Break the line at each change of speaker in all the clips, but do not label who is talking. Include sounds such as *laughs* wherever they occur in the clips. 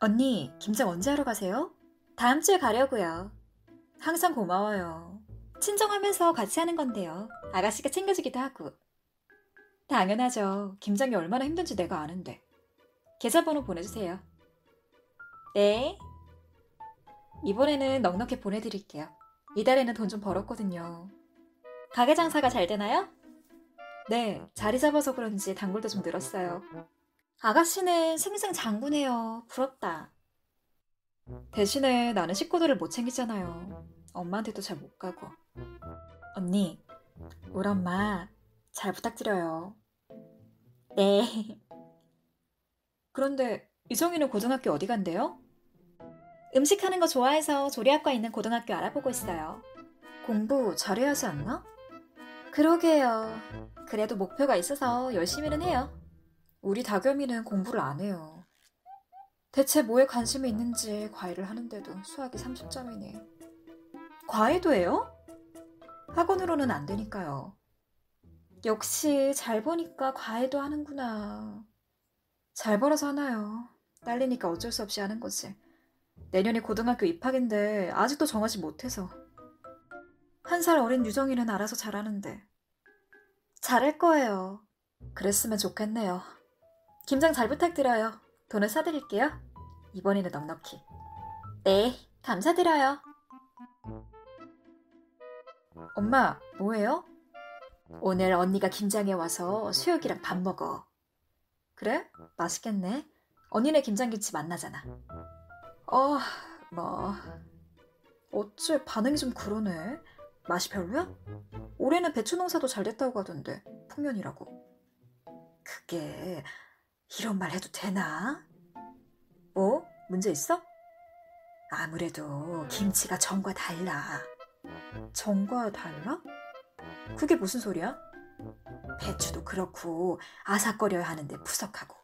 언니, 김장 언제 하러 가세요? 다음 주에 가려고요. 항상 고마워요. 친정하면서 같이 하는 건데요. 아가씨가 챙겨주기도 하고. 당연하죠. 김장이 얼마나 힘든지 내가 아는데. 계좌번호 보내주세요. 네. 이번에는 넉넉히 보내드릴게요. 이달에는 돈 좀 벌었거든요. 가게 장사가 잘 되나요? 네, 자리 잡아서 그런지 단골도 좀 늘었어요. 아가씨는 생생 장군이에요. 부럽다. 대신에 나는 식구들을 못 챙기잖아요. 엄마한테도 잘 못 가고. 언니, 우리 엄마 잘 부탁드려요. 네. *laughs* 그런데 이성이는 고등학교 어디 간대요? 음식하는 거 좋아해서 조리학과 있는 고등학교 알아보고 있어요. 공부 잘해야 하지 않나? 그러게요. 그래도 목표가 있어서 열심히는 해요. 우리 다겸이는 공부를 안 해요. 대체 뭐에 관심이 있는지 과외를 하는데도 수학이 30점이네. 과외도 해요? 학원으로는 안 되니까요. 역시 잘 보니까 과외도 하는구나. 잘 벌어서 하나요. 딸리니까 어쩔 수 없이 하는 거지. 내년에 고등학교 입학인데 아직도 정하지 못해서. 한 살 어린 유정이는 알아서 잘하는데. 잘할 거예요. 그랬으면 좋겠네요. 김장 잘 부탁드려요. 돈을 사드릴게요. 이번에는 넉넉히. 네, 감사드려요. 엄마, 뭐해요? 오늘 언니가 김장에 와서 수혁이랑 밥 먹어. 그래? 맛있겠네. 언니네 김장김치 만나잖아. 어, 뭐. 어째 반응이 좀 그러네. 맛이 별로야? 올해는 배추 농사도 잘 됐다고 하던데, 풍년이라고. 그게, 이런 말 해도 되나? 뭐? 문제 있어? 아무래도 김치가 전과 달라. 전과 달라? 그게 무슨 소리야? 배추도 그렇고 아삭거려야 하는데 푸석하고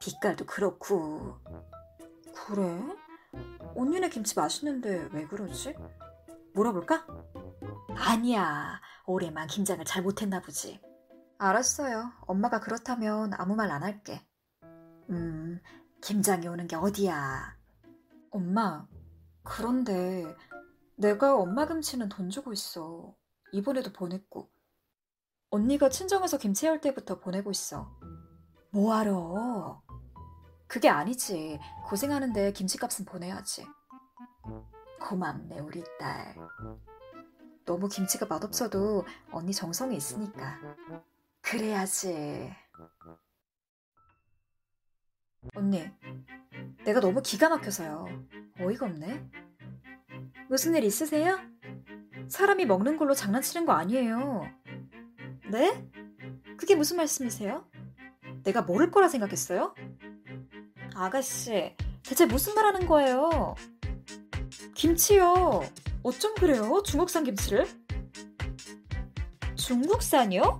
빛깔도 그렇고 그래? 언니네 김치 맛있는데 왜 그러지? 물어볼까? 아니야 올해만 김장을 잘 못했나 보지 알았어요 엄마가 그렇다면 아무 말 안 할게 음 김장이 오는 게 어디야 엄마 그런데 내가 엄마 김치는 돈 주고 있어 이번에도 보냈고 언니가 친정에서 김치 할 때부터 보내고 있어. 뭐하러? 그게 아니지. 고생하는데 김치값은 보내야지. 고맙네, 우리 딸. 너무 김치가 맛없어도 언니 정성이 있으니까. 그래야지. 언니, 내가 너무 기가 막혀서요. 어이가 없네. 무슨 일 있으세요? 사람이 먹는 걸로 장난치는 거 아니에요. 네? 그게 무슨 말씀이세요? 내가 모를 거라 생각했어요? 아가씨, 대체 무슨 말 하는 거예요? 김치요. 어쩜 그래요? 중국산 김치를? 중국산이요?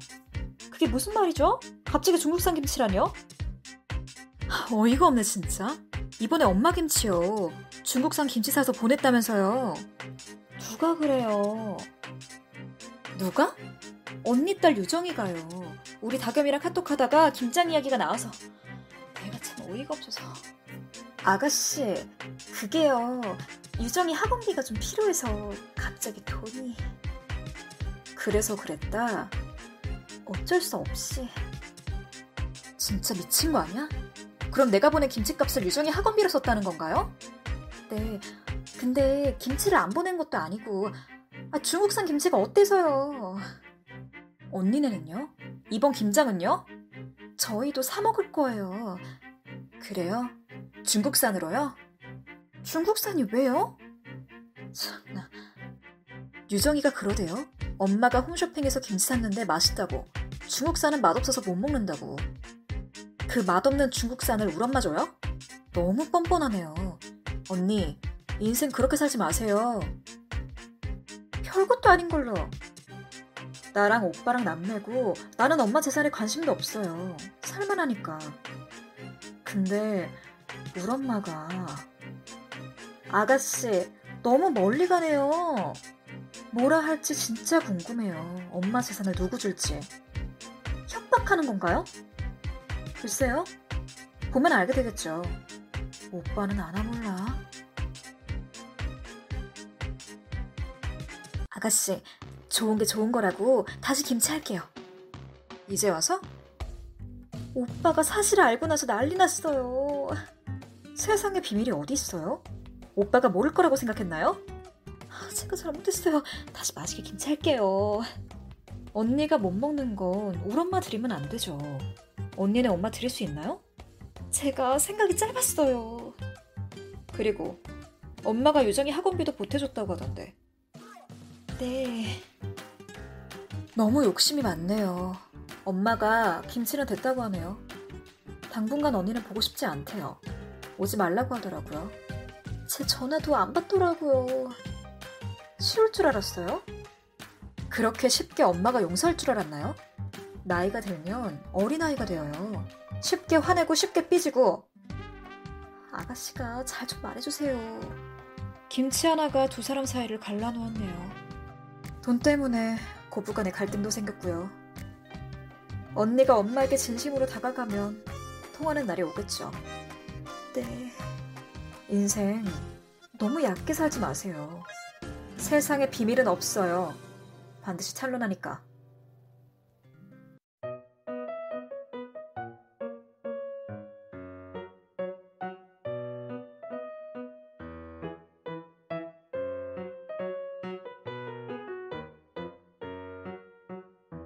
그게 무슨 말이죠? 갑자기 중국산 김치라뇨? 하, 어이가 없네, 진짜. 이번에 엄마 김치요. 중국산 김치 사서 보냈다면서요. 누가 그래요? 누가? 언니 딸 유정이가요. 우리 다겸이랑 카톡하다가 김장 이야기가 나와서 내가 참 어이가 없어서. 아가씨, 그게요. 유정이 학원비가 좀 필요해서 갑자기 돈이. 그래서 그랬다. 어쩔 수 없이. 진짜 미친 거 아니야? 그럼 내가 보낸 김치값을 유정이 학원비로 썼다는 건가요? 네. 근데 김치를 안 보낸 것도 아니고 아, 중국산 김치가 어때서요? 언니네는요? 이번 김장은요? 저희도 사 먹을 거예요. 그래요? 중국산으로요? 중국산이 왜요? 참나. 유정이가 그러대요. 엄마가 홈쇼핑에서 김치 샀는데 맛있다고. 중국산은 맛없어서 못 먹는다고. 그 맛없는 중국산을 우리 엄마 줘요? 너무 뻔뻔하네요. 언니, 인생 그렇게 살지 마세요. 별것도 아닌 걸로. 나랑 오빠랑 남매고 나는 엄마 재산에 관심도 없어요. 살만하니까. 근데 우리 엄마가 아가씨 너무 멀리 가네요. 뭐라 할지 진짜 궁금해요. 엄마 재산을 누구 줄지. 협박하는 건가요? 글쎄요. 보면 알게 되겠죠. 오빠는 아나 몰라. 아가씨, 좋은 게 좋은 거라고 다시 김치할게요. 이제 와서? 오빠가 사실 알고 나서 난리 났어요. 세상에 비밀이 어디 있어요? 오빠가 모를 거라고 생각했나요? 아, 제가 잘못했어요. 다시 맛있게 김치할게요. 언니가 못 먹는 건 울 엄마 드리면 안 되죠. 언니는 엄마 드릴 수 있나요? 제가 생각이 짧았어요. 그리고 엄마가 유정이 학원비도 보태줬다고 하던데. 네. 너무 욕심이 많네요. 엄마가 김치는 됐다고 하네요. 당분간 언니는 보고 싶지 않대요. 오지 말라고 하더라고요. 제 전화도 안 받더라고요. 싫을 줄 알았어요? 그렇게 쉽게 엄마가 용서할 줄 알았나요? 나이가 들면 어린아이가 되어요. 쉽게 화내고 쉽게 삐지고. 아가씨가 잘 좀 말해주세요. 김치 하나가 두 사람 사이를 갈라놓았네요. 돈 때문에 고부간의 갈등도 생겼고요. 언니가 엄마에게 진심으로 다가가면 통하는 날이 오겠죠. 네. 인생 너무 얕게 살지 마세요. 세상에 비밀은 없어요. 반드시 탄로나니까.